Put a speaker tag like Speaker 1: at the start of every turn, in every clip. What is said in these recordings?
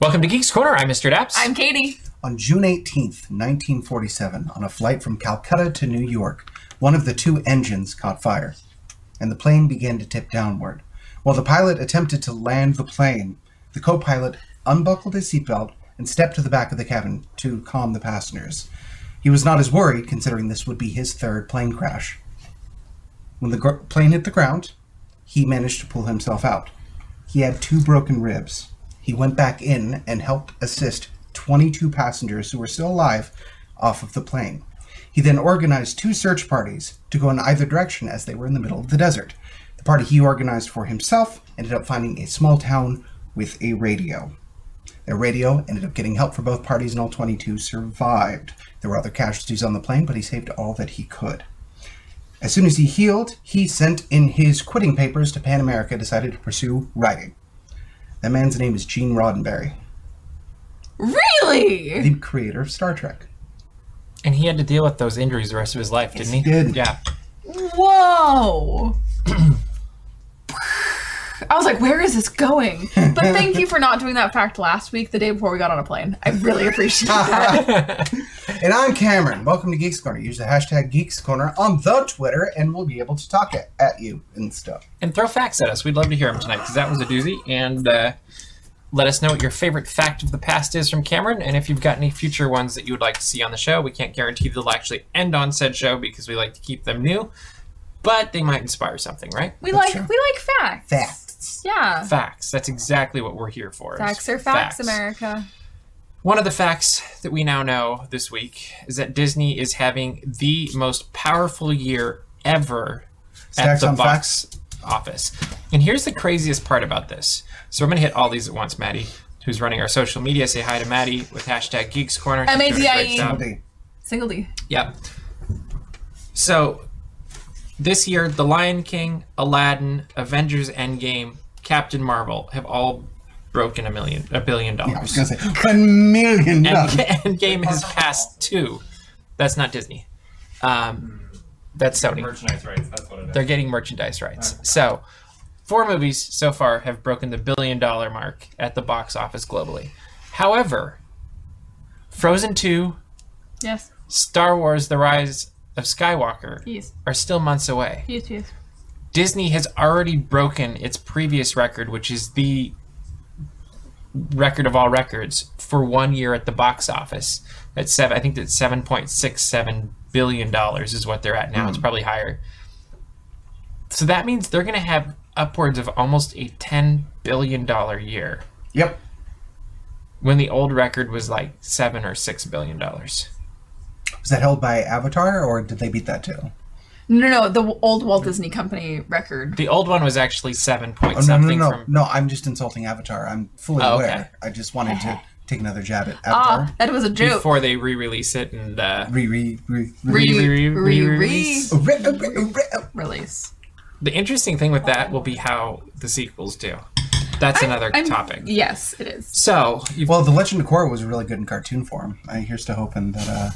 Speaker 1: Welcome to Geeks Corner. I'm Mr. Daps.
Speaker 2: I'm Katie.
Speaker 3: On June 18th, 1947, on a flight from Calcutta to New York, one of the two engines caught fire, and the plane began to tip downward. While the pilot attempted to land the plane, the co pilot unbuckled his seatbelt and stepped to the back of the cabin to calm the passengers. He was not as worried, considering this would be his third plane crash. When the gr- plane hit the ground, he managed to pull himself out. He had two broken ribs. He went back in and helped assist 22 passengers who were still alive off of the plane. He then organized two search parties to go in either direction as they were in the middle of the desert. The party he organized for himself ended up finding a small town with a radio. Their radio ended up getting help for both parties, and all 22 survived. There were other casualties on the plane, but he saved all that he could. As soon as he healed, he sent in his quitting papers to Pan America, decided to pursue writing. That man's name is Gene Roddenberry,
Speaker 2: Really?
Speaker 3: the creator of Star Trek.
Speaker 1: And he had to deal with those injuries the rest of his life, didn't he?
Speaker 3: he did.
Speaker 1: Yeah.
Speaker 2: Whoa. I was like, where is this going? But thank you for not doing that fact last week, the day before we got on a plane. I really appreciate that.
Speaker 3: And I'm Cameron. Welcome to Geeks Corner. Use the hashtag Geeks Corner on the Twitter, and we'll be able to talk at, at you and stuff.
Speaker 1: And throw facts at us. We'd love to hear them tonight because that was a doozy. And uh, let us know what your favorite fact of the past is from Cameron. And if you've got any future ones that you would like to see on the show, we can't guarantee they'll actually end on said show because we like to keep them new. But they might inspire something, right?
Speaker 2: We like
Speaker 3: true.
Speaker 2: we like facts.
Speaker 3: Facts.
Speaker 2: Yeah.
Speaker 1: Facts. That's exactly what we're here for. is
Speaker 2: Facts are facts, America.
Speaker 1: One of the facts that we now know this week is that Disney is having the most powerful year ever
Speaker 3: Stacks
Speaker 1: at the
Speaker 3: on
Speaker 1: box office. And here's the craziest part about this. So I'm going to hit all these at once, Maddie, who's running our social media. Say hi to Maddie with hashtag Geeks Corner. She's doing a great
Speaker 2: M.A.D.I.E..
Speaker 1: job.
Speaker 3: Hey,
Speaker 2: Single D.
Speaker 1: Yep. So this year, The Lion King, Aladdin, Avengers Endgame, Captain Marvel have all broken a million, a billion dollars.
Speaker 3: I was going to say, one million dollars.
Speaker 1: End, Endgame has passed two. That's not Disney. Um, that's Sony.
Speaker 4: Merchandise rights, that's what it is.
Speaker 1: They're getting merchandise rights. So, four movies so far have broken the billion dollar mark at the box office globally. However, Frozen 2,
Speaker 2: Yes.
Speaker 1: Star Wars The Rise of Skywalker
Speaker 2: Yes.
Speaker 1: are still months away.
Speaker 2: Yes. Yes.
Speaker 1: Disney has already broken its previous record, which is the record of all records for one year at the box office. At seven, I think that's seven point six seven billion dollars is what they're at now. It's
Speaker 3: Hmm.
Speaker 1: probably higher. So that means they're going to have upwards of almost a ten billion dollar year
Speaker 3: Yep.
Speaker 1: when the old record was like seven or six billion dollars.
Speaker 3: Was that held by Avatar, or did they beat that too? Oh,
Speaker 2: No, no, the old Walt Disney Company record.
Speaker 1: The old one was actually seven point
Speaker 3: Oh, no, no, no,
Speaker 1: something
Speaker 3: no.
Speaker 1: from
Speaker 3: No, I'm just insulting Avatar. I'm fully
Speaker 1: Oh, okay.
Speaker 3: aware. I just wanted to take another jab at Avatar.
Speaker 2: Ah, that was a joke.
Speaker 1: before they re-release it and uh,
Speaker 3: Re, re, re, re.
Speaker 2: Re-
Speaker 1: re-
Speaker 2: re-
Speaker 1: re-release.
Speaker 2: re-
Speaker 3: re- re- re-
Speaker 2: release.
Speaker 1: The interesting thing with that will be how the sequels do. That's another
Speaker 2: I'm-
Speaker 1: topic.
Speaker 2: Yes, it is.
Speaker 1: So, you've,
Speaker 3: Well, The Legend of Korra was really good in cartoon form. I here's to hoping that uh,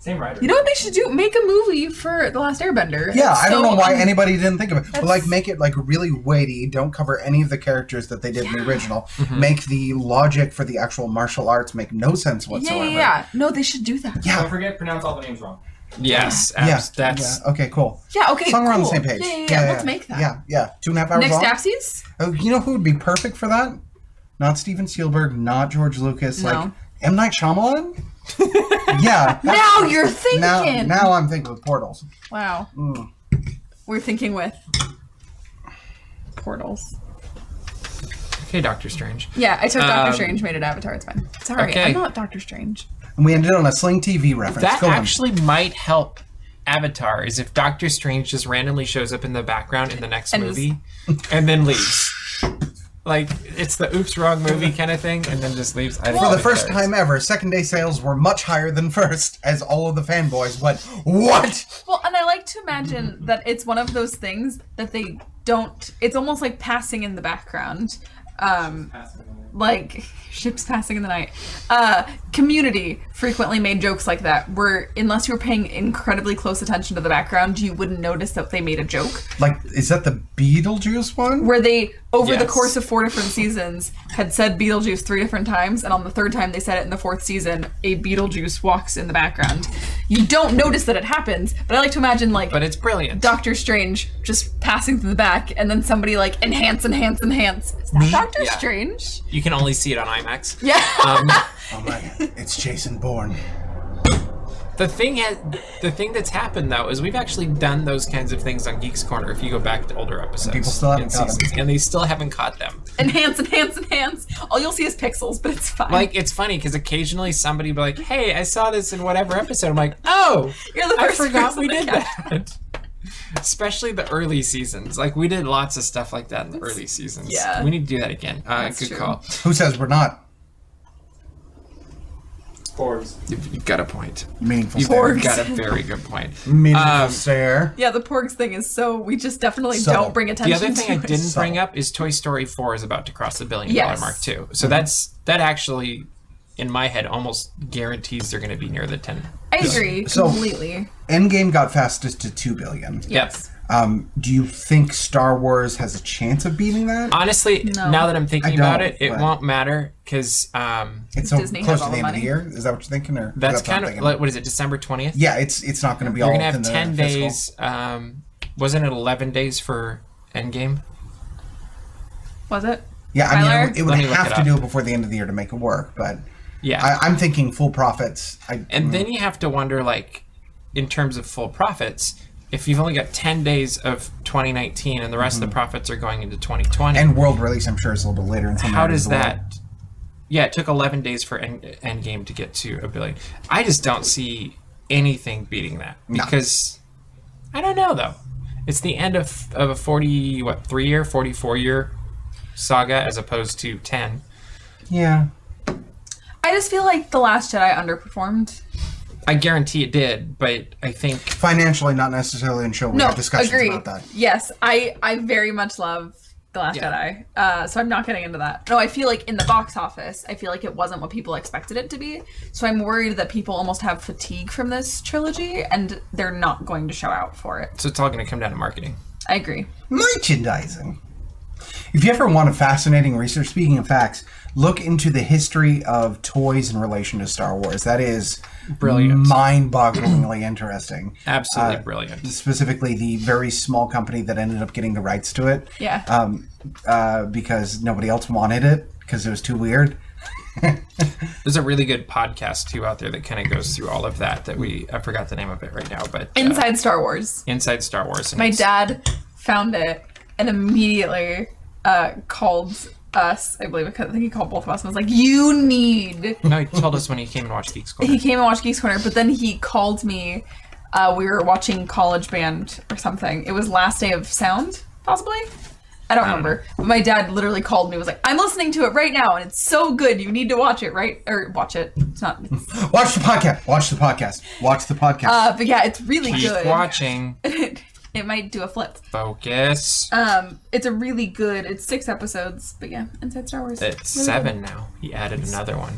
Speaker 1: same writer.
Speaker 2: You know what they should do? Make a movie for The Last Airbender.
Speaker 3: Yeah,
Speaker 2: It's
Speaker 3: I don't
Speaker 2: so
Speaker 3: know why
Speaker 2: un-
Speaker 3: anybody didn't think of it. But like,
Speaker 2: That's-
Speaker 3: make it like really weighty. Don't cover any of the characters that they did in the original.
Speaker 1: Mm-hmm.
Speaker 3: Make the logic for the actual martial arts make no sense
Speaker 2: Yeah,
Speaker 3: whatsoever.
Speaker 2: yeah, yeah. No, they should do that.
Speaker 3: Yeah.
Speaker 4: Don't forget, pronounce all the names wrong.
Speaker 1: yes,
Speaker 3: Yeah,
Speaker 1: abs- that's
Speaker 3: yeah, okay, cool.
Speaker 2: Yeah, okay.
Speaker 3: Somewhere on the
Speaker 2: cool.
Speaker 3: same page.
Speaker 2: Yeah, yeah, yeah, let's make that.
Speaker 3: Yeah, yeah. Two and a half hours
Speaker 2: Next
Speaker 3: long.
Speaker 2: Dapsies?
Speaker 3: Oh, you know who would be perfect for that? Not Steven Spielberg, not George Lucas, like
Speaker 2: No.
Speaker 3: M Night Shyamalan. yeah. that-
Speaker 2: Now you're thinking.
Speaker 3: Now, now Mm. I'm thinking with portals.
Speaker 2: Wow. We're thinking with portals.
Speaker 1: okay, Doctor Strange.
Speaker 2: Yeah, I took
Speaker 1: Um,
Speaker 2: Doctor Strange, made it Avatar. It's fine. Sorry,
Speaker 1: okay.
Speaker 2: I'm not Doctor Strange.
Speaker 3: And we ended on a Sling TV reference.
Speaker 1: That
Speaker 3: Go on.
Speaker 1: actually might help Avatar is if Doctor Strange just randomly shows up in the background in the next
Speaker 2: And is-
Speaker 1: movie and then leaves. Like it's the oops wrong movie kind of thing and then just leaves. I
Speaker 3: For the first time ever, second day sales were much higher than first, as all of the fanboys went, What?
Speaker 2: Well, and I like to imagine that it's one of those things that they don't. It's almost like passing in the background. Um,
Speaker 4: Passing the name.
Speaker 2: like ships passing in the night. Uh, community frequently made jokes like that, where unless you were paying incredibly close attention to the background, you wouldn't notice that they made a joke.
Speaker 3: Like, is that the Beetlejuice one?
Speaker 2: Where they, over the
Speaker 1: Yes.
Speaker 2: course of four different seasons, had said Beetlejuice three different times, and on the third time they said it in the fourth season, a Beetlejuice walks in the background. You don't notice that it happens, but I like to imagine like
Speaker 1: But it's brilliant.
Speaker 2: Doctor Strange just passing through the back, and then somebody like enhance, enhance, enhance. Is that Doctor
Speaker 1: Yeah.
Speaker 2: Strange?
Speaker 1: You can only see it on IMAX.
Speaker 2: Yeah.
Speaker 1: Um,
Speaker 3: Oh my god, it's Jason Bourne.
Speaker 1: the thing has, the thing that's happened though is we've actually done those kinds of things on Geeks Corner. If you go back to older episodes,
Speaker 3: people still haven't
Speaker 1: and
Speaker 3: caught 'em.
Speaker 1: seasons, and they still haven't caught them.
Speaker 2: enhance, enhance, enhance. All you'll see is pixels, but it's fine.
Speaker 1: Like it's funny because occasionally somebody will be like, "Hey, I saw this in whatever episode." I'm like, "Oh,
Speaker 2: You're the
Speaker 1: I
Speaker 2: first
Speaker 1: forgot
Speaker 2: person
Speaker 1: we
Speaker 2: that
Speaker 1: did that." Especially the early seasons. Like we did lots of stuff like that in the early seasons.
Speaker 2: yeah.
Speaker 1: we need to do that again. Uh,
Speaker 2: That's
Speaker 1: good
Speaker 2: true.
Speaker 1: call.
Speaker 3: Who says we're not
Speaker 4: Forbes.
Speaker 1: You've, you've got a point.
Speaker 3: meaningful?
Speaker 1: You've
Speaker 3: stare?
Speaker 2: Porgs.
Speaker 1: got a very good point.
Speaker 3: Meaningful
Speaker 1: Um,
Speaker 3: stare.
Speaker 2: yeah, the porgs thing is so. We just definitely
Speaker 3: Subtle.
Speaker 2: don't bring
Speaker 1: the
Speaker 2: attention.
Speaker 1: other thing
Speaker 2: to
Speaker 1: I
Speaker 2: it.
Speaker 1: didn't
Speaker 3: So-
Speaker 1: bring up is Toy Story 4 is about to cross the billion dollar
Speaker 2: Yes. Mm-hmm.
Speaker 1: mark too. So that's that actually in my head almost guarantees they're going to be near the 10.
Speaker 2: I agree
Speaker 3: So-
Speaker 2: completely.
Speaker 3: Endgame got fastest to two billion.
Speaker 2: Yes.
Speaker 3: Um, do you think Star Wars has a chance of beating that?
Speaker 1: Honestly,
Speaker 2: No.
Speaker 1: now that I'm
Speaker 3: I
Speaker 1: thinking about
Speaker 3: don't,
Speaker 1: it, it
Speaker 3: but-
Speaker 1: won't matter cuz um
Speaker 3: it's so
Speaker 2: Disney
Speaker 3: close
Speaker 2: has
Speaker 3: to
Speaker 2: all
Speaker 3: the
Speaker 2: the
Speaker 3: end of the
Speaker 2: money.
Speaker 3: year. Is that what you're thinking? Or
Speaker 1: that's
Speaker 3: what I'm
Speaker 1: kind of
Speaker 3: thinking.
Speaker 1: like what is it December 20th?
Speaker 3: yeah. It's it's not going to be all.
Speaker 1: You're going to
Speaker 3: within
Speaker 1: have
Speaker 3: the
Speaker 1: 10
Speaker 3: fiscal.
Speaker 1: days um wasn't it 11 days for Endgame?
Speaker 2: Was it?
Speaker 3: Yeah, I mean,
Speaker 2: Tyler?
Speaker 3: it would- it would,
Speaker 1: Let me look
Speaker 3: have
Speaker 1: it
Speaker 3: to
Speaker 1: up.
Speaker 3: do it before the end of the year to make it work. But
Speaker 1: Yeah.
Speaker 3: I, mm. I'm thinking full profits. I,
Speaker 1: And then you have to wonder, like, in terms of full profits, if you've only got 10 days of 2019 and the rest
Speaker 3: Mm-hmm.
Speaker 1: of the profits are going into 2020,
Speaker 3: and world release, I'm sure, is a little bit later. In some
Speaker 1: how
Speaker 3: areas
Speaker 1: does
Speaker 3: of the world.
Speaker 1: that. Yeah, it took 11 days for end, Endgame to get to a billion. I just don't see anything beating that. Because. I don't know, though. It's the end of, of a 40, what, three year, 44 year saga as opposed to 10.
Speaker 3: Yeah.
Speaker 2: I just feel like the Last Jedi underperformed.
Speaker 1: I guarantee it did, but I think
Speaker 3: Financially, not necessarily, and sure, we
Speaker 2: No,
Speaker 3: have discussions
Speaker 2: agree.
Speaker 3: about that.
Speaker 2: Yes, I I very much love the Last
Speaker 1: Yeah.
Speaker 2: Jedi. Uh, so I'm not getting into that. No, I feel like in the box office, I feel like it wasn't what people expected it to be. So I'm worried that people almost have fatigue from this trilogy and they're not going to show out for it.
Speaker 1: so. It's all going to come down to marketing.
Speaker 2: I agree.
Speaker 3: Merchandising. If you ever want a fascinating research, speaking of facts, look into the history of toys in relation to Star Wars. That is
Speaker 1: Brilliant.
Speaker 3: mind-bogglingly interesting.
Speaker 1: Absolutely
Speaker 3: Uh,
Speaker 1: brilliant.
Speaker 3: Specifically, the very small company that ended up getting the rights to it.
Speaker 2: Yeah.
Speaker 3: Um, uh, because nobody else wanted it because it was too weird.
Speaker 1: There's a really good podcast too out there that kind of goes through all of that. That we I forgot the name of it right now, but uh,
Speaker 2: Inside Star Wars.
Speaker 1: Inside Star Wars. And
Speaker 2: My
Speaker 1: it's-
Speaker 2: dad found it and immediately uh, called us. I believe I think he called both of us and was like, "You need."
Speaker 1: No, he told us when he came and watched Geek Squad.
Speaker 2: He came and watched Geeks Corner, but then he called me. Uh, we were watching College Band or something. It was last day of sound, possibly. I don't remember. But my dad literally called me. Was like, "I'm listening to it right now, and it's so good. You need to watch it, right? Or watch it. It's not.
Speaker 3: Watch the podcast. Watch the podcast. Watch the podcast.
Speaker 2: Uh, but yeah, it's really
Speaker 1: Keep
Speaker 2: good.
Speaker 1: watching.
Speaker 2: it might do a flip.
Speaker 1: Focus.
Speaker 2: Um, it's a really good. It's six episodes, but yeah, Inside Star Wars.
Speaker 1: It's
Speaker 2: Really
Speaker 1: seven now. He added another one.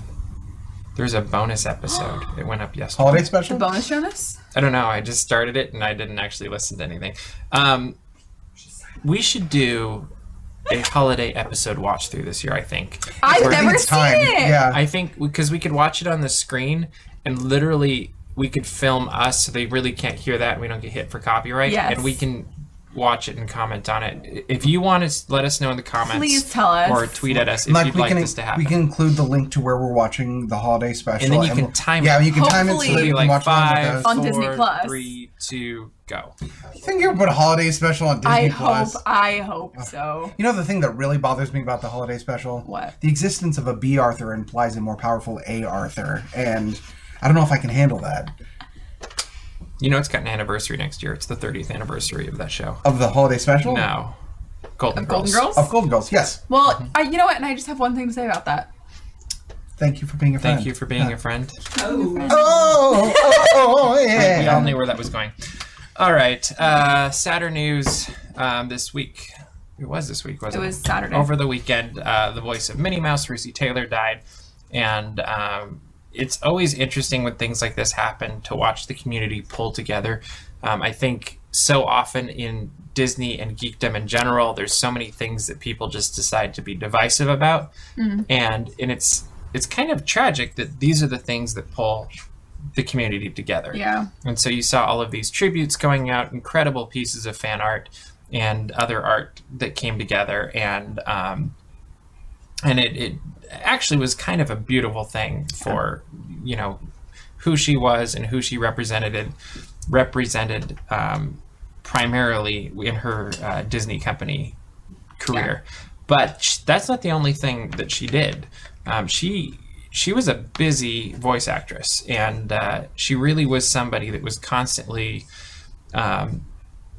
Speaker 1: There's a bonus episode. It went up yesterday.
Speaker 3: Holiday
Speaker 2: good.
Speaker 3: special.
Speaker 2: The bonus Jonas.
Speaker 1: I don't know. I just started it and I didn't actually listen to anything. Um, we should do a holiday episode watch through this year. I think.
Speaker 2: I've
Speaker 3: I think
Speaker 2: never
Speaker 3: it's
Speaker 2: seen
Speaker 3: time.
Speaker 2: it.
Speaker 3: Yeah.
Speaker 1: I think because we could watch it on the screen and literally we could film us so they really can't hear that and we don't get hit for copyright
Speaker 2: Yes.
Speaker 1: and we can watch it and comment on it. If you want to let us know in the comments
Speaker 2: Please tell us.
Speaker 1: or tweet at us if
Speaker 3: Like,
Speaker 1: you'd
Speaker 3: we
Speaker 1: like
Speaker 3: can
Speaker 1: this to happen.
Speaker 3: we can include the link to where we're watching the holiday special,
Speaker 1: then you can time
Speaker 3: Yeah,
Speaker 1: it.
Speaker 3: you can time it so
Speaker 2: Hopefully-
Speaker 3: that
Speaker 1: It'll
Speaker 3: you
Speaker 1: be
Speaker 3: can
Speaker 1: like
Speaker 3: watch one
Speaker 1: five,
Speaker 3: of those.
Speaker 2: On Disney
Speaker 1: four,
Speaker 2: Plus.
Speaker 1: three, two, go.
Speaker 3: You think you put a holiday special on Disney
Speaker 2: I
Speaker 3: Plus?
Speaker 2: hope. I hope so.
Speaker 3: You know the thing that really bothers me about the holiday special?
Speaker 2: What?
Speaker 3: The existence of a B Arthur implies a more powerful A Arthur, and I don't know if I can handle that.
Speaker 1: You know it's got an anniversary next year. It's the 30th anniversary of that show.
Speaker 3: Of the holiday special?
Speaker 1: No. Golden
Speaker 2: Golden
Speaker 1: Girls.
Speaker 2: Girls.
Speaker 3: Of Mm-hmm. Golden Girls, yes.
Speaker 2: Well, I, you know what? And I just have one thing to say about that.
Speaker 3: Thank you for being a friend.
Speaker 1: Thank you for being a friend.
Speaker 3: Oh, oh, oh, oh,
Speaker 1: We all
Speaker 3: yeah.
Speaker 1: knew where that was going. All right. Uh, sadder news um, this week. it was this week, wasn't
Speaker 2: It
Speaker 1: it?
Speaker 2: was Saturday.
Speaker 1: Over the weekend, uh, the voice of Minnie Mouse, Rusey Taylor, died, and um, it's always interesting when things like this happen to watch the community pull together. Um, I think so often in Disney and geekdom in general, there's so many things that people just decide to be divisive about,
Speaker 2: Mm-hmm.
Speaker 1: and and it's it's kind of tragic that these are the things that pull the community together.
Speaker 2: Yeah.
Speaker 1: And so you saw all of these tributes going out, incredible pieces of fan art and other art that came together, and um, and it, it actually was kind of a beautiful thing for you know who she was and who she represented represented um, primarily in her uh, Disney company career. But sh- that's not the only thing that she did. Um, she she was a busy voice actress, and uh, she really was somebody that was constantly um,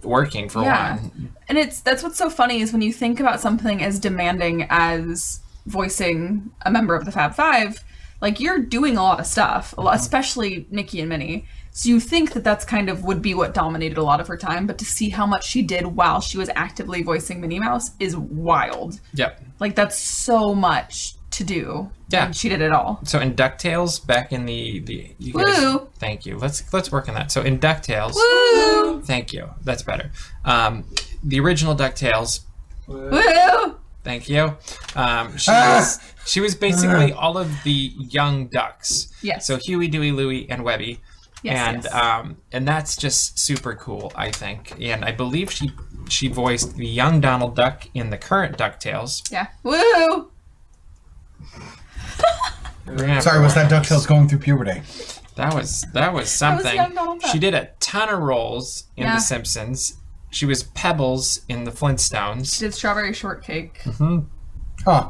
Speaker 1: working for
Speaker 2: Yeah.
Speaker 1: one.
Speaker 2: And it's that's what's so funny is when you think about something as demanding as voicing a member of the Fab Five, like you're doing a lot of stuff, a lot,
Speaker 3: Mm-hmm.
Speaker 2: especially Nikki and Minnie. So you think that that's kind of would be what dominated a lot of her time, but to see how much she did while she was actively voicing Minnie Mouse is wild.
Speaker 1: Yep.
Speaker 2: Like that's so much to do.
Speaker 1: Yeah.
Speaker 2: And she did it all.
Speaker 1: So in Ducktales, back in the the you guys-
Speaker 2: Woo.
Speaker 1: thank you. Let's let's work on that. So in Ducktales,
Speaker 2: Woo!
Speaker 1: thank you. That's better. Um, the original Ducktales,
Speaker 2: Woo!
Speaker 1: Thank you. Um, she,
Speaker 3: Ah!
Speaker 1: was, she was basically all of the young ducks.
Speaker 2: Yes.
Speaker 1: So Huey, Dewey, Louie, and Webby.
Speaker 2: Yes,
Speaker 1: and
Speaker 2: yes.
Speaker 1: Um, and that's just super cool, I think. And I believe she she voiced the young Donald Duck in the current Ducktales.
Speaker 2: Yeah. Woo!
Speaker 1: We're gonna have
Speaker 3: Sorry,
Speaker 1: to
Speaker 3: was that
Speaker 1: work on
Speaker 3: DuckTales going through puberty?
Speaker 1: That was that was
Speaker 2: was
Speaker 1: something.
Speaker 2: young Donald Duck.
Speaker 1: she did a ton of roles in
Speaker 2: Yeah.
Speaker 1: The Simpsons. She was Pebbles in The Flintstones.
Speaker 2: She did strawberry shortcake.
Speaker 3: Huh.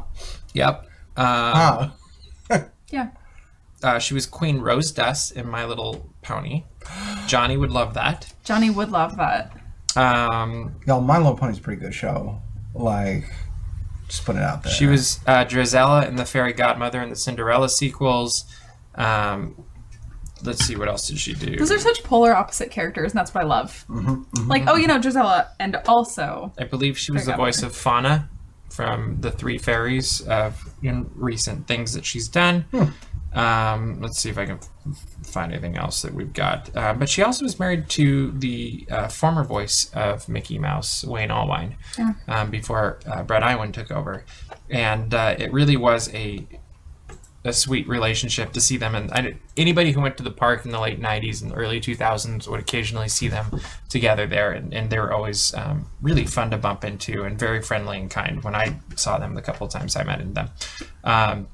Speaker 1: Yep. Uh,
Speaker 3: Ah.
Speaker 2: Yeah.
Speaker 1: uh, she was Queen Rose Dust in My Little Pony. Johnny would love that.
Speaker 2: Johnny would love that.
Speaker 1: Um,
Speaker 3: Y'all, My Little Pony's a pretty good show. Like, just put it out there.
Speaker 1: she was uh, Drizella in the Fairy Godmother and the Cinderella sequels. Um, let's see, what else did she do?
Speaker 2: Those are such polar opposite characters, and that's what I love.
Speaker 1: Mm-hmm,
Speaker 2: Like, oh, you know, Drizella, and also
Speaker 1: I believe she was
Speaker 2: Fairy
Speaker 1: the voice of Fauna from the Three Fairies of in recent things that she's done. Um, let's see if I can f- find anything else that we've got. Uh, but she also was married to the uh, former voice of Mickey Mouse, Wayne Allwine, um, before uh, Brett Iwan took over, and uh, it really was a a sweet relationship to see them. And I, anybody who went to the park in the late '90s and early 2000s would occasionally see them together there, and, and they were always um, really fun to bump into and very friendly and kind. When I saw them the couple times I met them, um,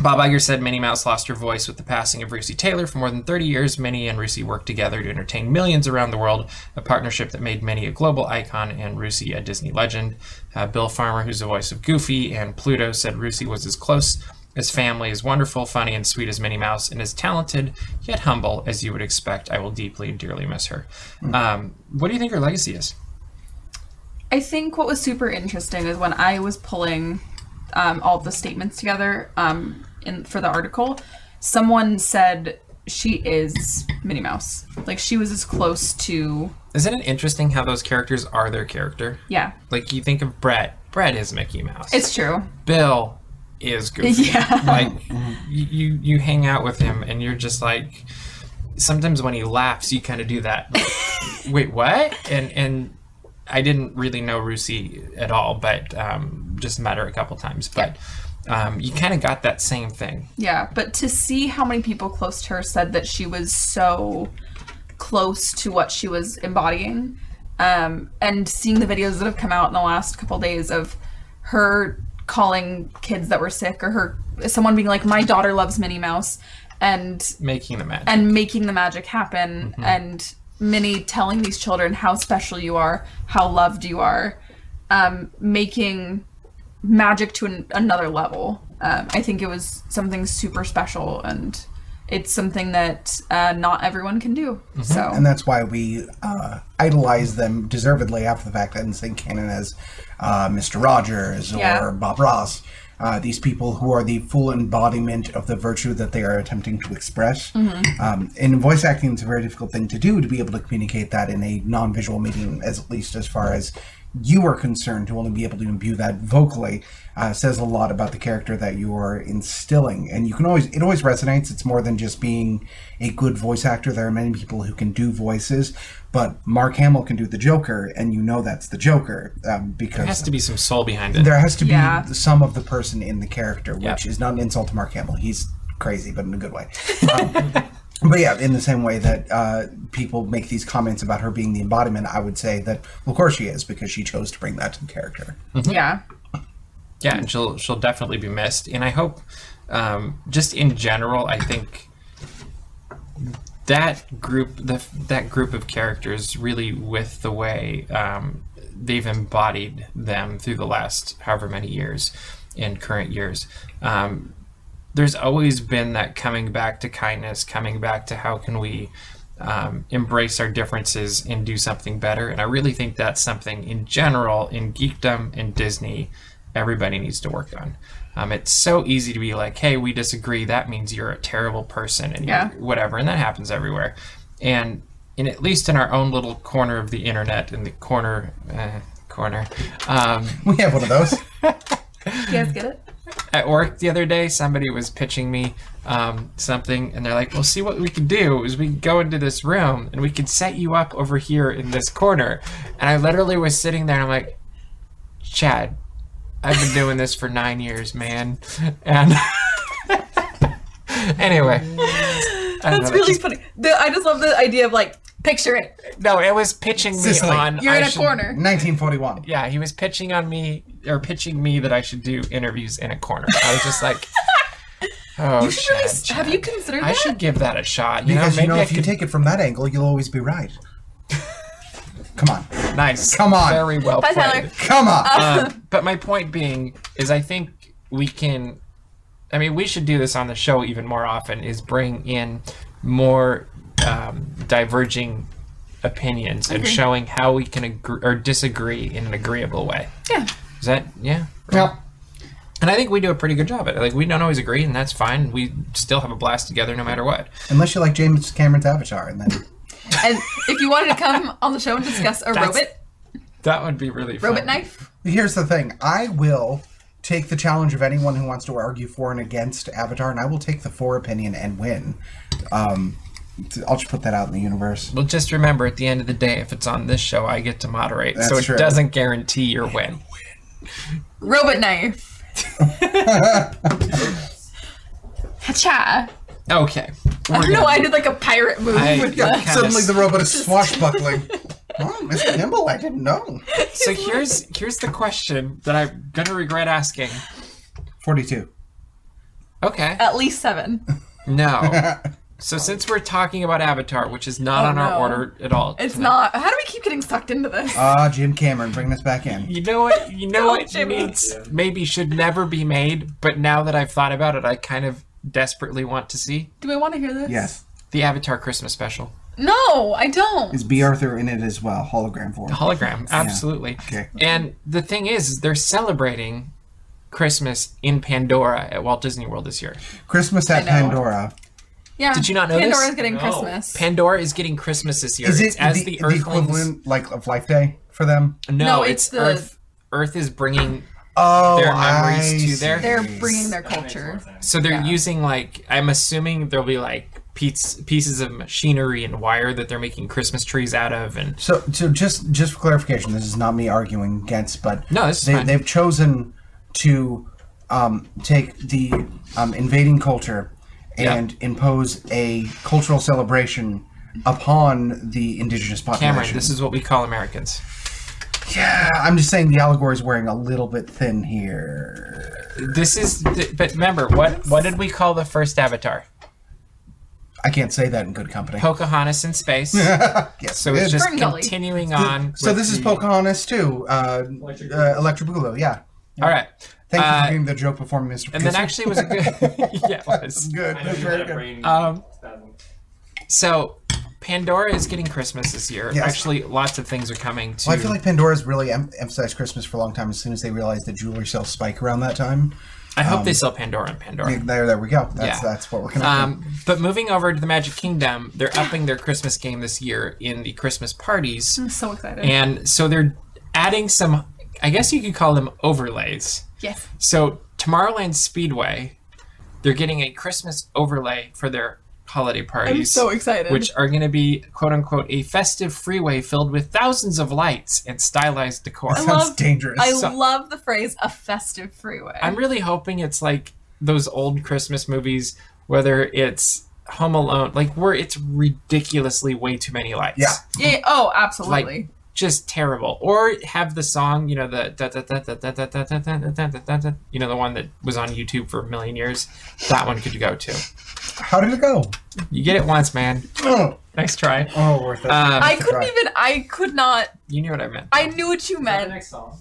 Speaker 1: Bob Iger said Minnie Mouse lost her voice with the passing of Rusey Taylor. For more than 30 years, Minnie and Rusey worked together to entertain millions around the world, a partnership that made Minnie a global icon and Rusey a Disney legend. Uh, Bill Farmer, who's the voice of Goofy and Pluto, said Rusey was as close as family, as wonderful, funny, and sweet as Minnie Mouse, and as talented yet humble as you would expect. I will deeply and dearly miss her. Um, what do you think her legacy is?
Speaker 2: I think what was super interesting is when I was pulling um, all the statements together um, in for the article, someone said she is Minnie Mouse. Like she was as close to
Speaker 1: Isn't it interesting how those characters are their character?
Speaker 2: yeah.
Speaker 1: Like you think of Brett, Brett is Mickey Mouse.
Speaker 2: It's true.
Speaker 1: Bill is goofy.
Speaker 2: Yeah.
Speaker 1: Like you, you you hang out with him and you're just like sometimes when he laughs you kind of do that. like, Wait, what? And and I didn't really know Rusi at all, but um, just met her a couple times. But um, you kind of got that same thing.
Speaker 2: Yeah, but to see how many people close to her said that she was so close to what she was embodying, um, and seeing the videos that have come out in the last couple days of her calling kids that were sick or her someone being like, "My daughter loves Minnie Mouse," and
Speaker 1: Making the magic.
Speaker 2: and making the magic happen, and Minnie telling these children how special you are, how loved you are, um, making magic to an, another level. Um, I think it was something super special, and it's something that uh, not everyone can do. So
Speaker 3: and that's why we uh, idolize them deservedly after the fact and think canon as uh, Mr. Rogers or
Speaker 2: Yeah.
Speaker 3: Bob Ross. Uh, these people who are the full embodiment of the virtue that they are attempting to express. Um, in voice acting, it's a very difficult thing to do to be able to communicate that in a non visual medium, as at least as far as you were concerned to only be able to imbue that vocally uh, says a lot about the character that you are instilling. And you can always, it always resonates. It's more than just being a good voice actor. There are many people who can do voices, but Mark Hamill can do the Joker, and you know that's the Joker um, because
Speaker 1: There has to be some soul behind it.
Speaker 3: there has to
Speaker 2: Yeah.
Speaker 3: be some of the person in the character, which
Speaker 1: Yeah.
Speaker 3: is not an insult to Mark Hamill. He's crazy, but in a good way. Um, but yeah, in the same way that uh, people make these comments about her being the embodiment, I would say that well, of course she is because she chose to bring that to the character.
Speaker 2: Yeah.
Speaker 1: yeah and she'll she'll definitely be missed and i hope um, just in general i think that group the, that group of characters really with the way um, they've embodied them through the last however many years in current years um, there's always been that coming back to kindness, coming back to how can we um, embrace our differences and do something better. And I really think that's something in general in geekdom and Disney, everybody needs to work on. Um, it's so easy to be like, hey, we disagree. That means you're a terrible person and
Speaker 2: Yeah.
Speaker 1: you're whatever. And that happens everywhere. And in at least in our own little corner of the internet, in the corner, uh, corner, um,
Speaker 3: We have one of those.
Speaker 2: You guys get it?
Speaker 1: at work the other day, somebody was pitching me um, something, and they're like, "Well, see what we can do is we can go into this room and we can set you up over here in this corner." And I literally was sitting there, and I'm like, "Chad, I've been doing this for nine years, man." And anyway, I don't know,
Speaker 2: That's
Speaker 1: that
Speaker 2: really
Speaker 1: just-
Speaker 2: funny. The, I just love the idea of like, picture it.
Speaker 1: no. It was pitching me
Speaker 3: Sicily.
Speaker 1: on.
Speaker 2: You're
Speaker 1: I
Speaker 2: in a
Speaker 1: should-
Speaker 2: corner.
Speaker 3: 1941.
Speaker 1: Yeah, he was pitching on me or pitching me that I should do interviews in a corner. I was just like. Oh,
Speaker 2: You should really.
Speaker 1: Chad,
Speaker 2: s- Have you considered
Speaker 1: I
Speaker 2: that?
Speaker 1: should give that a shot. You
Speaker 3: Because
Speaker 1: know, maybe
Speaker 3: you know,
Speaker 1: I
Speaker 3: if you
Speaker 1: could-
Speaker 3: take it from that angle, you'll always be right. Come on,
Speaker 1: nice.
Speaker 3: Come on.
Speaker 1: Very well
Speaker 2: Bye,
Speaker 1: played.
Speaker 2: Tyler.
Speaker 3: come on.
Speaker 1: Um, but my point being is, I think we can. I mean, we should do this on the show even more often. Is bring in more um, diverging opinions and showing how we can agree or disagree in an agreeable way.
Speaker 2: Yeah.
Speaker 1: Is that yeah?
Speaker 3: Yep.
Speaker 1: And I think we do a pretty good job at it. Like we don't always agree, and that's fine. We still have a blast together, no matter what.
Speaker 3: Unless you like James Cameron's Avatar, and then
Speaker 2: And if you wanted to come on the show and discuss a
Speaker 1: That's-
Speaker 2: robot,
Speaker 1: That would be really fun.
Speaker 2: robot knife,
Speaker 3: Here's the thing. I will take the challenge of anyone who wants to argue for and against Avatar, and I will take the for opinion and win. Um, I'll just put that out in the universe.
Speaker 1: Well, just remember at the end of the day, if it's on this show, I get to moderate, so
Speaker 3: That's
Speaker 1: it
Speaker 3: true.
Speaker 1: doesn't guarantee your win.
Speaker 2: robot knife. Hacha.
Speaker 1: Okay.
Speaker 2: I don't know. I did like a pirate move.
Speaker 1: I-
Speaker 2: with the-
Speaker 1: okay.
Speaker 3: Suddenly,
Speaker 1: Yes.
Speaker 3: the robot is swashbuckling. oh, Mr. Nimble, I didn't know.
Speaker 1: So here's here's the question that I'm gonna regret asking.
Speaker 3: Forty-two.
Speaker 1: Okay.
Speaker 2: At least seven.
Speaker 1: No. So since we're talking about Avatar, which is not
Speaker 2: Oh,
Speaker 1: on
Speaker 2: no.
Speaker 1: our order at all,
Speaker 2: It's
Speaker 1: tonight,
Speaker 2: not. How do we keep getting sucked into
Speaker 1: Uh,
Speaker 2: this?
Speaker 3: Ah, Jim Cameron, bring this back in.
Speaker 1: You know what? You know
Speaker 2: No,
Speaker 1: what
Speaker 2: Jimmy.
Speaker 1: needs maybe should never be made, but now that I've thought about it, I kind of desperately want to see
Speaker 2: do I want to hear this?
Speaker 3: Yes,
Speaker 1: the Avatar Christmas special
Speaker 2: No, I don't.
Speaker 3: is B. Arthur in it as well, hologram
Speaker 1: Oh,
Speaker 3: form.
Speaker 1: hologram. Absolutely.
Speaker 3: Okay.
Speaker 1: And the thing is, is they're celebrating Christmas in Pandora at Walt Disney World this year.
Speaker 3: Christmas at
Speaker 2: know.
Speaker 3: Pandora.
Speaker 2: Yeah.
Speaker 1: Did you not know this?
Speaker 2: Pandora's getting
Speaker 4: No.
Speaker 2: Christmas.
Speaker 1: Pandora is getting Christmas this year.
Speaker 3: Is
Speaker 1: It's
Speaker 3: it
Speaker 1: as
Speaker 3: the,
Speaker 1: the,
Speaker 3: the
Speaker 1: Earthlings-
Speaker 3: equivalent like of Life Day for them?
Speaker 1: No,
Speaker 2: No,
Speaker 1: it's,
Speaker 2: it's the-
Speaker 1: Earth. Earth is bringing.
Speaker 3: Oh,
Speaker 1: Their memories
Speaker 3: I
Speaker 1: to
Speaker 3: see.
Speaker 1: their-
Speaker 2: They're bringing their
Speaker 4: That makes more
Speaker 2: culture.
Speaker 4: sense.
Speaker 1: So they're using like I'm assuming there'll be like piece, pieces of machinery and wire that they're making Christmas trees out of, and
Speaker 3: So, so just just for clarification, this is not me arguing against, but
Speaker 1: No, this is
Speaker 3: they,
Speaker 1: fine.
Speaker 3: they've chosen to um, take the um, invading culture
Speaker 1: Yeah.
Speaker 3: and impose a cultural celebration upon the indigenous population.
Speaker 1: Cameron, this is what we call Americans.
Speaker 3: yeah, I'm just saying the allegory is wearing a little bit thin here.
Speaker 1: This is, th- but remember what what did we call the first Avatar?
Speaker 3: I can't say that in good company.
Speaker 1: Pocahontas in space.
Speaker 3: yes,
Speaker 1: So it's just
Speaker 2: Burn Gully.
Speaker 1: continuing on.
Speaker 3: so
Speaker 1: with
Speaker 3: this is
Speaker 1: the-
Speaker 3: Pocahontas too. Uh,
Speaker 4: Electric
Speaker 3: uh, Electric Boogaloo. Yeah.
Speaker 1: All right.
Speaker 3: Thank you
Speaker 1: Uh,
Speaker 3: for doing the joke before Mr.
Speaker 1: and then actually it was a good. yeah, it was.
Speaker 3: good.
Speaker 4: I know
Speaker 3: That's
Speaker 4: you had
Speaker 3: very
Speaker 4: a
Speaker 3: good.
Speaker 4: brain
Speaker 1: Um,
Speaker 4: spasm.
Speaker 1: So Pandora is getting Christmas this year.
Speaker 3: Yes.
Speaker 1: Actually, lots of things are coming to.
Speaker 3: Well, I feel like Pandora's really em- emphasized Christmas for a long time. As soon as they realized that jewelry sales spike around that time,
Speaker 1: I hope
Speaker 3: um,
Speaker 1: they sell Pandora and Pandora.
Speaker 3: there, there we go. That's
Speaker 1: Yeah.
Speaker 3: that's what we're gonna.
Speaker 1: Um, but moving over to the Magic Kingdom,
Speaker 3: Hmm.
Speaker 1: they're upping their Christmas game this year in the Christmas parties,
Speaker 2: I'm so excited.
Speaker 1: and so they're adding some, I guess you could call them overlays.
Speaker 2: Yes.
Speaker 1: So Tomorrowland Speedway, they're getting a Christmas overlay for their holiday parties.
Speaker 2: I'm so excited.
Speaker 1: which are going to be quote unquote a festive freeway filled with thousands of lights and stylized decor.
Speaker 2: I
Speaker 3: Sounds
Speaker 2: love-
Speaker 3: dangerous.
Speaker 2: I
Speaker 1: so-
Speaker 2: love the phrase a festive freeway.
Speaker 1: I'm really hoping it's like those old Christmas movies, whether it's Home Alone, like where it's ridiculously way too many lights.
Speaker 3: Yeah.
Speaker 2: yeah, yeah, oh, absolutely.
Speaker 1: Like just terrible. Or have the song, you know, the da da da da da da da da da da da da da da you know, the one that was on YouTube for a million years. That one could go to.
Speaker 3: How did it go?
Speaker 1: You get it once, man.
Speaker 3: Oh,
Speaker 1: Nice try.
Speaker 3: oh worth it.
Speaker 1: Um,
Speaker 2: I
Speaker 3: Worth a
Speaker 2: couldn't
Speaker 3: try.
Speaker 2: even. I could not.
Speaker 1: You knew what I meant.
Speaker 2: I knew what you
Speaker 4: The
Speaker 2: meant.
Speaker 4: next song.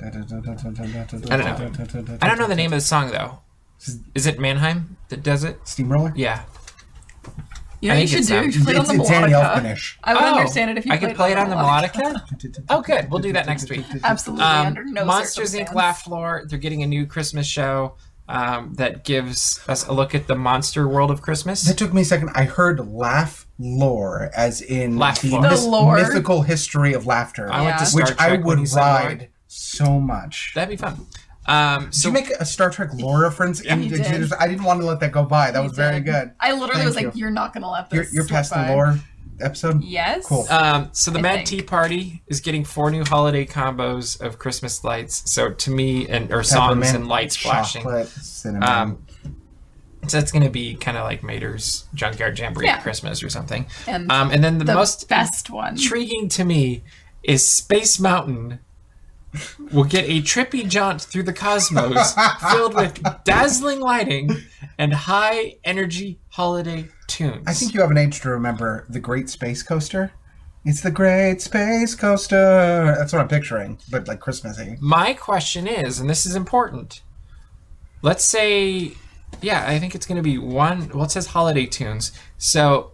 Speaker 3: I don't know.
Speaker 1: I don't know the name of the song though. Is it Mannheim that does it?
Speaker 3: Steamroller.
Speaker 1: Yeah.
Speaker 2: You know,
Speaker 1: I
Speaker 2: what you
Speaker 1: think
Speaker 2: should
Speaker 1: it's,
Speaker 2: do.
Speaker 1: um,
Speaker 2: You should play it on
Speaker 3: It's,
Speaker 2: the
Speaker 3: it's Danny
Speaker 2: melodica.
Speaker 3: Elfmanish.
Speaker 2: I would
Speaker 1: Oh,
Speaker 2: understand it if you
Speaker 1: I
Speaker 2: played
Speaker 1: could play it on the melodica. Oh, good. We'll do that next week.
Speaker 2: Absolutely.
Speaker 1: Um,
Speaker 2: under no
Speaker 1: Monsters Inc.
Speaker 2: circumstance.
Speaker 1: Laugh Floor. They're getting a new Christmas show um, that gives us a look at the monster world of Christmas.
Speaker 3: That took me a second. I heard laugh lore, as in
Speaker 1: Laugh
Speaker 3: the,
Speaker 1: lore.
Speaker 2: The
Speaker 3: myth-
Speaker 2: lore.
Speaker 3: mythical history of laughter,
Speaker 1: I went
Speaker 2: Yeah.
Speaker 1: to Star
Speaker 3: which
Speaker 1: Trek
Speaker 3: I
Speaker 1: when
Speaker 3: would
Speaker 1: he said
Speaker 3: ride
Speaker 1: lore.
Speaker 3: so much.
Speaker 1: That'd be fun. Um,
Speaker 3: Did
Speaker 1: so
Speaker 3: you make a Star Trek lore reference? in
Speaker 2: You
Speaker 3: the
Speaker 2: did.
Speaker 3: exhibit? I didn't want to let that go by. That
Speaker 2: You
Speaker 3: was very
Speaker 2: did.
Speaker 3: good.
Speaker 2: I literally
Speaker 3: Thank
Speaker 2: was like,
Speaker 3: you.
Speaker 2: you. are not gonna let this."
Speaker 3: You're, you're
Speaker 2: slip
Speaker 3: past the
Speaker 2: by."
Speaker 3: lore episode.
Speaker 2: Yes.
Speaker 3: Cool.
Speaker 1: um, so the
Speaker 2: I
Speaker 1: Mad
Speaker 2: think.
Speaker 1: Tea Party is getting four new holiday combos of Christmas lights. So to me, and or songs
Speaker 3: Peppermint,
Speaker 1: and lights flashing.
Speaker 3: chocolate, cinnamon.
Speaker 1: Um, so it's going to be kind of like Mater's Junkyard Jamboree
Speaker 2: Yeah.
Speaker 1: at Christmas or something.
Speaker 2: And
Speaker 1: Um, and then the,
Speaker 2: the
Speaker 1: most
Speaker 2: best one.
Speaker 1: intriguing to me is Space Mountain will get a trippy jaunt through the cosmos filled with dazzling lighting and high energy holiday tunes.
Speaker 3: I think you have an age to remember the Great Space Coaster. It's the Great Space Coaster. That's what I'm picturing, but like Christmassy.
Speaker 1: My question is, and this is important. Let's say, yeah, I think it's going to be one. Well, it says holiday tunes. So,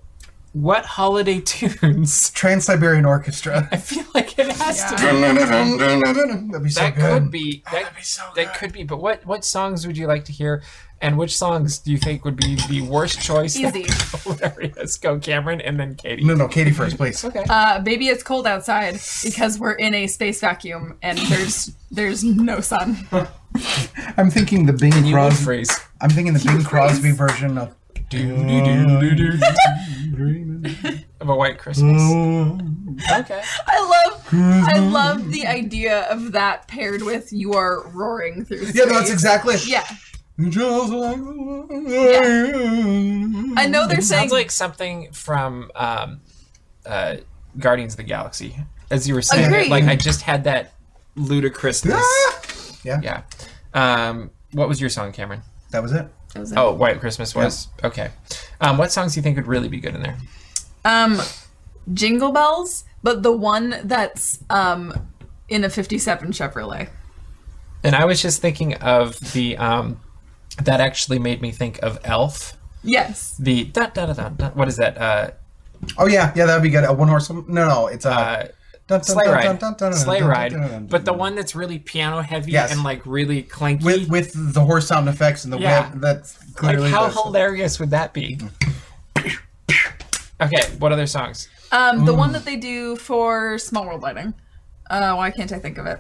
Speaker 1: what holiday tunes?
Speaker 3: Trans Siberian Orchestra.
Speaker 1: I feel like it has to be.
Speaker 3: That'd be so
Speaker 1: That
Speaker 3: good.
Speaker 1: could be. That,
Speaker 3: Oh, That'd be so
Speaker 1: that could be. But what what songs would you like to hear, and which songs do you think would be the worst choice? that
Speaker 2: Easy.
Speaker 1: could be Hilarious. Go, Cameron, and then Katie.
Speaker 3: No, no, Katie first, please.
Speaker 1: Okay.
Speaker 2: Uh, baby, it's cold outside because we're in a space vacuum and there's there's no sun.
Speaker 3: I'm thinking the Bing
Speaker 1: you would
Speaker 3: Crosby.
Speaker 1: phrase.
Speaker 3: I'm thinking the Bing Crosby version of.
Speaker 1: Do, do, do, do, do, do. Of a white Christmas.
Speaker 3: Mm.
Speaker 1: Okay.
Speaker 2: I love I love the idea of that paired with you are roaring through. Space.
Speaker 3: Yeah, no, that's exactly. it.
Speaker 2: Yeah,
Speaker 3: Just like.
Speaker 2: I know they're saying
Speaker 1: Sounds like something from um, uh, Guardians of the Galaxy. As you were saying,
Speaker 2: Agreed.
Speaker 1: like I just had that ludicrousness.
Speaker 3: Ah! Yeah,
Speaker 1: yeah. Um, what was your song, Cameron?
Speaker 3: that was it.
Speaker 1: Oh, White Christmas was okay. Um, what songs do you think would really be good in there?
Speaker 2: um, Jingle Bells, but the one that's um in a '57 Chevrolet.
Speaker 1: And I was just thinking of the um, that actually made me think of Elf.
Speaker 2: Yes,
Speaker 1: The da da da da. da what is that? Uh,
Speaker 3: Oh yeah, yeah, that'd be good. A one horse. No, no, it's a
Speaker 1: uh, sleigh ride. Sleigh ride. But the one that's really piano heavy
Speaker 3: Yes.
Speaker 1: and like really clanky.
Speaker 3: with with the horse sound effects and the
Speaker 1: Yeah.
Speaker 3: whip. That's
Speaker 1: like
Speaker 3: clearly
Speaker 1: how
Speaker 3: the-
Speaker 1: hilarious would that be? okay, what other songs?
Speaker 2: um, the one that they do for Small World Lighting. Uh, why can't I think of it?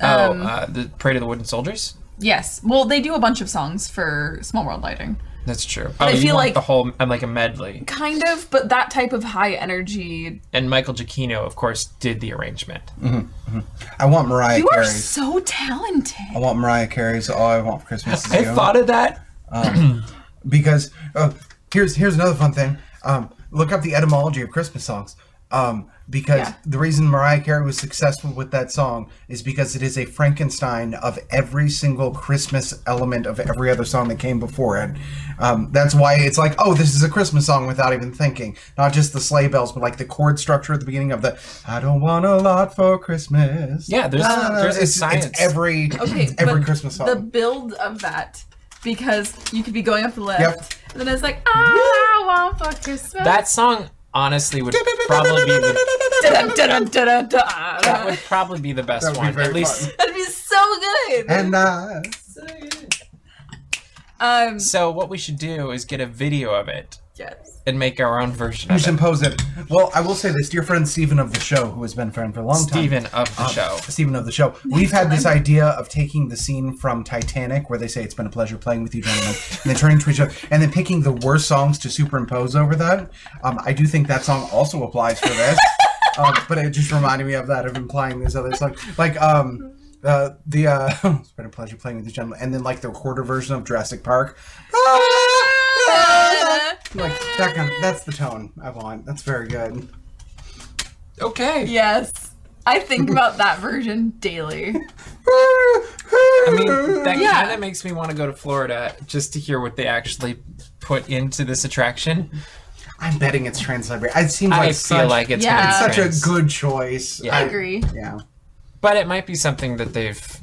Speaker 2: Um,
Speaker 1: oh, uh, the Parade of the Wooden Soldiers.
Speaker 2: Yes. Well, they do a bunch of songs for Small World Lighting.
Speaker 1: That's true. Oh,
Speaker 2: I
Speaker 1: you
Speaker 2: feel
Speaker 1: want
Speaker 2: like-
Speaker 1: the whole I'm like a medley.
Speaker 2: Kind of, but that type of high energy.
Speaker 1: And Michael Giacchino, of course, did the arrangement.
Speaker 3: I want Mariah
Speaker 2: You are
Speaker 3: Carey's.
Speaker 2: so
Speaker 3: I
Speaker 2: talented.
Speaker 3: want Mariah Carey's. All I want for Christmas is
Speaker 1: I
Speaker 3: you.
Speaker 1: thought of that.
Speaker 3: because uh, here's here's another fun thing. Um, look up the etymology of Christmas songs. Um, because
Speaker 2: Yeah.
Speaker 3: the reason Mariah Carey was successful with that song is because it is a Frankenstein of every single Christmas element of every other song that came before it. Um, that's why it's like, oh, this is a Christmas song without even thinking. Not just the sleigh bells, but like the chord structure at the beginning of the "I don't want a lot for Christmas."
Speaker 1: Yeah, there's
Speaker 3: No, no, no,
Speaker 1: there's a
Speaker 3: it's,
Speaker 1: science.
Speaker 3: It's every
Speaker 2: Okay,
Speaker 3: it's every
Speaker 2: but
Speaker 3: Christmas song.
Speaker 2: The build of that, because you could be going up the list,
Speaker 3: Yep.
Speaker 2: and then it's like, ah, I want for Christmas.
Speaker 1: that song honestly would probably be the,
Speaker 2: Dun, dun, dun, dun, dun, dun.
Speaker 1: that would probably be the best
Speaker 3: That would be
Speaker 1: one.
Speaker 3: very
Speaker 1: At least
Speaker 3: fun.
Speaker 2: That'd be so good.
Speaker 3: and uh, I
Speaker 2: um,
Speaker 1: so what we should do is get a video of it
Speaker 2: Yes.
Speaker 1: and make our own version
Speaker 3: You
Speaker 1: of
Speaker 3: should
Speaker 1: it.
Speaker 3: impose it. Well, I will say this, dear friend Stephen of the show, who has been a friend for a long time.
Speaker 1: Steven of the
Speaker 3: um,
Speaker 1: show.
Speaker 3: Stephen of the show. We've had this idea of taking the scene from Titanic, where they say it's been a pleasure playing with you, gentlemen, and then turning to each other, and then picking the worst songs to superimpose over that. Um, I do think that song also applies for this, um, but it just reminded me of that of implying this other song, like um. Uh, the uh, it's been a pleasure playing with you, gentlemen, and then like the quarter version of Jurassic Park, like that kind. that's the tone I want. That's very good.
Speaker 1: Okay.
Speaker 2: Yes. I think about that version daily.
Speaker 1: I mean, that
Speaker 2: Yeah.
Speaker 1: kind of makes me want to go to Florida just to hear what they actually put into this attraction.
Speaker 3: I'm betting it's Trans Siberia. It seems like
Speaker 1: I feel
Speaker 3: such,
Speaker 1: like it's
Speaker 2: Yeah.
Speaker 1: gonna be
Speaker 3: it's such a
Speaker 1: trans.
Speaker 3: good choice.
Speaker 1: Yeah.
Speaker 2: I agree.
Speaker 3: Yeah.
Speaker 1: but it might be something that they've.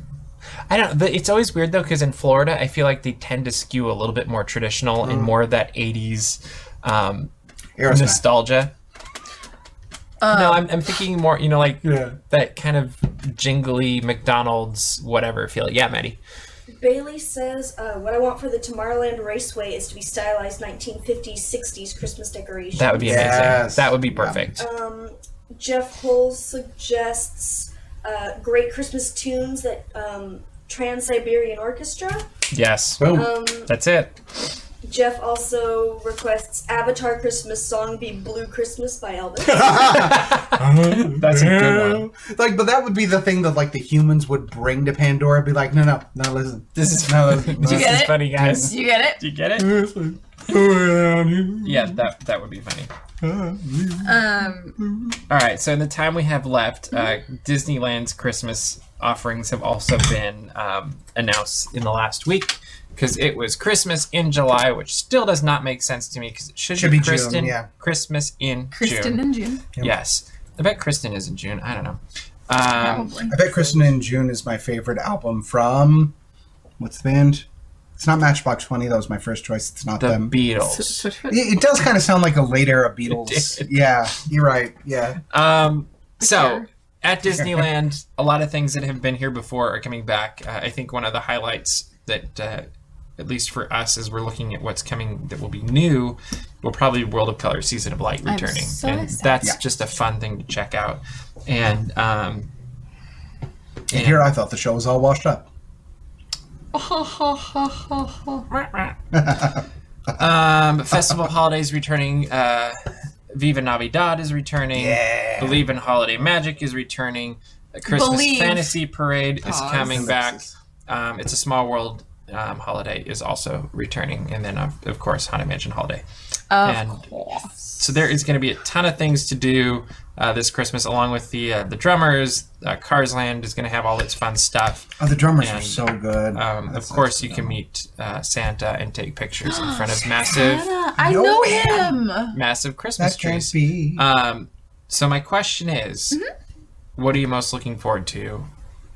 Speaker 1: I don't. The, it's always weird though, because in Florida, I feel like they tend to skew a little bit more traditional
Speaker 3: Mm.
Speaker 1: and more of that '80s um,
Speaker 3: Aerosmith.
Speaker 1: nostalgia. no, I'm, I'm thinking more. You know, like
Speaker 3: Yeah.
Speaker 1: that kind of jingly McDonald's whatever feel. Yeah, Maddie.
Speaker 5: Bailey says, uh, "What I want for the Tomorrowland Raceway is to be stylized 1950s, 60s Christmas decorations."
Speaker 1: That would be
Speaker 3: Yes.
Speaker 1: amazing. That would be
Speaker 3: Yeah.
Speaker 1: perfect.
Speaker 5: Um, Jeff Hull suggests uh, great Christmas tunes that um, Trans Siberian Orchestra.
Speaker 1: Yes.
Speaker 3: Boom.
Speaker 5: Um,
Speaker 1: That's it.
Speaker 5: Jeff also requests Avatar Christmas song be Blue Christmas by Elvis.
Speaker 1: That's a good one.
Speaker 3: Like, but that would be the thing that like the humans would bring to Pandora. Be like, no, no, no. Listen,
Speaker 1: This is
Speaker 3: no. Listen,
Speaker 1: This
Speaker 2: you get
Speaker 1: is
Speaker 2: it?
Speaker 1: funny, guys.
Speaker 2: Do you get
Speaker 1: Do
Speaker 2: it?
Speaker 1: you get it?
Speaker 3: listen. Oh, Yeah.
Speaker 1: Yeah, that that would be funny.
Speaker 2: Um,
Speaker 1: All right, so in the time we have left, uh,
Speaker 3: Mm-hmm.
Speaker 1: Disneyland's Christmas offerings have also been um, announced in the last week because it was Christmas in July, which still does not make sense to me because it should,
Speaker 3: Should
Speaker 1: be,
Speaker 3: be June,
Speaker 1: Kristen,
Speaker 3: yeah.
Speaker 1: Christmas in
Speaker 2: Kristen
Speaker 1: June.
Speaker 2: and June.
Speaker 1: Yes, I bet Kristen is in June. I don't know. Um,
Speaker 2: Probably.
Speaker 3: I bet Kristen in June is my favorite album from what's the band? It's not Matchbox Twenty. That was my first choice. It's not
Speaker 1: the
Speaker 3: them.
Speaker 1: Beatles.
Speaker 3: it, it does kind of sound like a late era Beatles.
Speaker 1: did.
Speaker 3: Yeah, you're right. Yeah.
Speaker 1: Um, so
Speaker 2: Sure.
Speaker 1: at Disneyland, a lot of things that have been here before are coming back. Uh, I think one of the highlights that, uh, at least for us, as we're looking at what's coming that will be new, will probably World of Color Season of Light returning,
Speaker 2: so
Speaker 1: and
Speaker 2: excited.
Speaker 1: that's
Speaker 3: Yeah.
Speaker 1: just a fun thing to check out. And um, and-
Speaker 3: Here, I thought the show was all washed up.
Speaker 1: um, festival holidays returning. Uh, Viva Navidad is returning.
Speaker 3: Yeah.
Speaker 1: Believe in Holiday Magic is returning. The Christmas
Speaker 2: Believe.
Speaker 1: Fantasy Parade is
Speaker 2: Pause.
Speaker 1: coming back.
Speaker 3: Ellipsis.
Speaker 1: Um, it's a Small World um, holiday is also returning, and then of, of course Haunted Mansion holiday.
Speaker 2: Of
Speaker 1: and
Speaker 2: course.
Speaker 1: So there is going to be a ton of things to do uh, this Christmas, along with the uh, the drummers. Uh, Cars Land is going to have all its fun stuff.
Speaker 3: Oh, the drummers were
Speaker 1: And,
Speaker 3: so good.
Speaker 1: Um, of
Speaker 3: That's
Speaker 1: course,
Speaker 3: such
Speaker 1: you
Speaker 3: a
Speaker 1: can
Speaker 3: good
Speaker 1: meet uh, Santa and take pictures in front of massive
Speaker 2: Anna, I
Speaker 3: No
Speaker 2: know
Speaker 3: way.
Speaker 2: him.
Speaker 1: massive
Speaker 3: one.
Speaker 1: Christmas
Speaker 3: That can't
Speaker 1: trees.
Speaker 3: be.
Speaker 1: Um, so my question is,
Speaker 2: Mm-hmm.
Speaker 1: what are you most looking forward to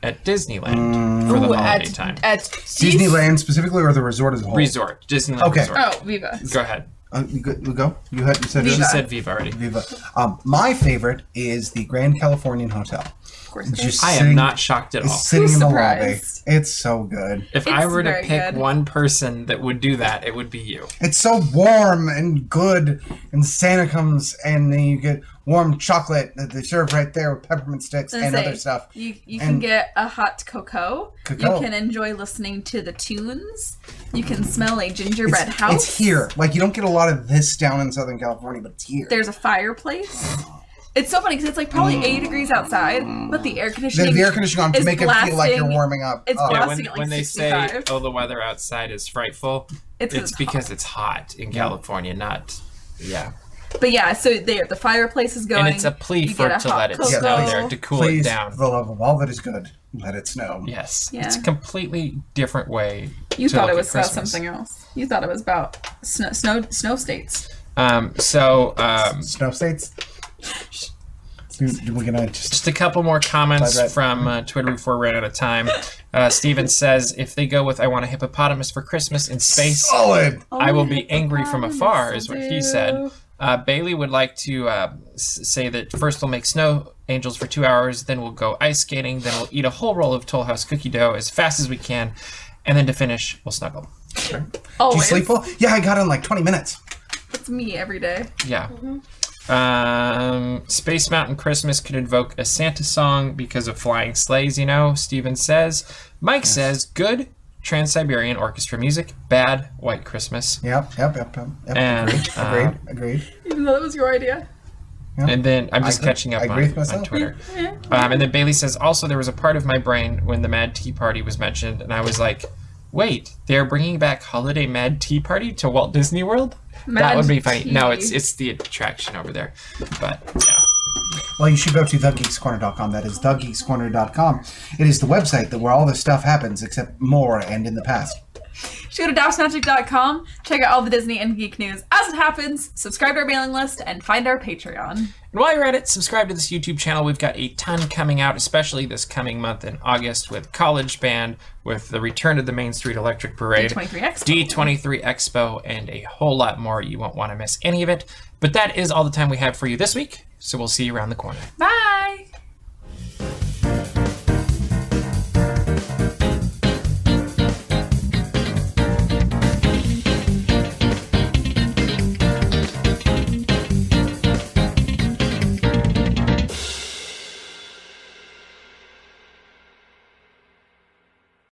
Speaker 1: at Disneyland
Speaker 3: Mm.
Speaker 1: for the
Speaker 2: Ooh,
Speaker 1: holiday
Speaker 2: at,
Speaker 1: time?
Speaker 2: At
Speaker 3: Disneyland specifically, or the resort as a whole?
Speaker 1: resort, Disneyland
Speaker 3: Okay.
Speaker 1: Resort.
Speaker 2: Oh, Viva.
Speaker 1: Go ahead.
Speaker 3: Uh, you go. You, go? you had you said
Speaker 1: She
Speaker 2: Viva.
Speaker 1: said Viva already.
Speaker 3: Viva. Um, my favorite is the Grand Californian Hotel.
Speaker 2: Of course.
Speaker 3: It's just
Speaker 1: I am
Speaker 3: sitting-
Speaker 1: not shocked at all.
Speaker 3: It's sitting
Speaker 2: Who's
Speaker 3: in the lobby.
Speaker 2: surprised?
Speaker 3: It's so good.
Speaker 1: If I
Speaker 2: It's
Speaker 1: were to
Speaker 2: very
Speaker 1: pick
Speaker 2: good.
Speaker 1: one person that would do that, it would be you.
Speaker 3: It's so warm and good. And Santa comes, and then you get warm chocolate that they serve right there with peppermint sticks
Speaker 2: I was
Speaker 3: and
Speaker 2: gonna
Speaker 3: other
Speaker 2: say,
Speaker 3: stuff.
Speaker 2: You you can
Speaker 3: And-
Speaker 2: get a hot cocoa.
Speaker 3: Cocoa.
Speaker 2: You can enjoy listening to the tunes. You can smell a gingerbread
Speaker 3: It's,
Speaker 2: house.
Speaker 3: it's here. Like you don't get a lot of this down in Southern California, but it's here.
Speaker 2: There's a fireplace. It's so funny because it's like probably eighty degrees outside, but the air
Speaker 3: the,
Speaker 2: conditioning.
Speaker 3: Mm. the air conditioning on to
Speaker 2: is
Speaker 3: make it feel like you're
Speaker 2: blasting-
Speaker 3: warming up.
Speaker 2: it's
Speaker 3: Oh.
Speaker 1: Yeah,
Speaker 2: blasting-
Speaker 1: when,
Speaker 2: at, like,
Speaker 1: when they
Speaker 2: 65.
Speaker 1: say, "Oh, the weather outside is frightful,"
Speaker 2: It's,
Speaker 1: it's
Speaker 2: hot.
Speaker 1: because it's hot in California, not yeah.
Speaker 2: But yeah, so there the fireplace is going.
Speaker 1: and it's a plea
Speaker 2: you
Speaker 1: for
Speaker 2: get
Speaker 1: it
Speaker 2: a
Speaker 1: to
Speaker 2: hot
Speaker 1: let it
Speaker 2: cocoa.
Speaker 1: snow there to cool
Speaker 3: Please,
Speaker 1: it down.
Speaker 3: for the love of all that is good, let it snow.
Speaker 1: Yes,
Speaker 2: Yeah.
Speaker 1: it's a completely different way.
Speaker 2: You
Speaker 1: to
Speaker 2: thought it
Speaker 1: look at
Speaker 2: was about
Speaker 1: Christmas.
Speaker 2: something else. You thought it was about snow snow snow states.
Speaker 1: Um, so um,
Speaker 3: Snow states. We're gonna just.
Speaker 1: Just a couple more comments
Speaker 3: Glad that-
Speaker 1: from uh, Twitter before we run out of time. Uh, Steven says, if they go with I want a hippopotamus for Christmas in space,
Speaker 3: Solid.
Speaker 1: I will be angry from afar,
Speaker 2: Oh, hippopotamus
Speaker 1: is what
Speaker 2: will
Speaker 1: he
Speaker 2: do.
Speaker 1: said. Uh, Bailey would like to uh, s- say that first we'll make snow angels for two hours, then we'll go ice skating, then we'll eat a whole roll of Toll House cookie dough as fast as we can, and then to finish, we'll snuggle.
Speaker 2: Always.
Speaker 3: Do you sleep well? Yeah, I got in like 20 minutes.
Speaker 2: That's Oh, me every day.
Speaker 1: Yeah.
Speaker 2: Mm-hmm.
Speaker 1: Um, Space Mountain Christmas could invoke a Santa song because of flying sleighs, you know, Steven says. Mike says, good Trans Siberian Orchestra music, bad White Christmas.
Speaker 3: Yep, yep, yep, yep. yep.
Speaker 1: And,
Speaker 3: agreed,
Speaker 1: uh,
Speaker 3: agreed, agreed.
Speaker 2: Even though that was your idea.
Speaker 1: And then I'm just
Speaker 3: agree-
Speaker 1: catching up
Speaker 3: I agree
Speaker 1: on,
Speaker 3: with myself.
Speaker 1: on Twitter.
Speaker 2: Yeah.
Speaker 1: Um, and then Bailey says, also, there was a part of my brain when the Mad Tea Party was mentioned, and I was like, wait, they're bringing back Holiday Mad Tea Party to Walt Disney World? that
Speaker 2: Mad
Speaker 1: would be funny. No,
Speaker 2: Tea.
Speaker 1: it's it's the attraction over there. But yeah.
Speaker 3: Well, you should go to thegeekscorner.com. That is thegeekscorner.com. It is the website that where all this stuff happens, except more and in the past.
Speaker 2: Just go to dashmagic.com, check out all the Disney and geek news as it happens, subscribe to our mailing list, and find our Patreon.
Speaker 1: And while you're at it, subscribe to this YouTube channel. We've got a ton coming out, especially this coming month in August with College Band, with the return of the Main Street Electric Parade,
Speaker 2: D23 Expo.
Speaker 1: D23 Expo, and a whole lot more. You won't want to miss any of it. But that is all the time we have for you this week, so we'll see you around the corner.
Speaker 2: Bye!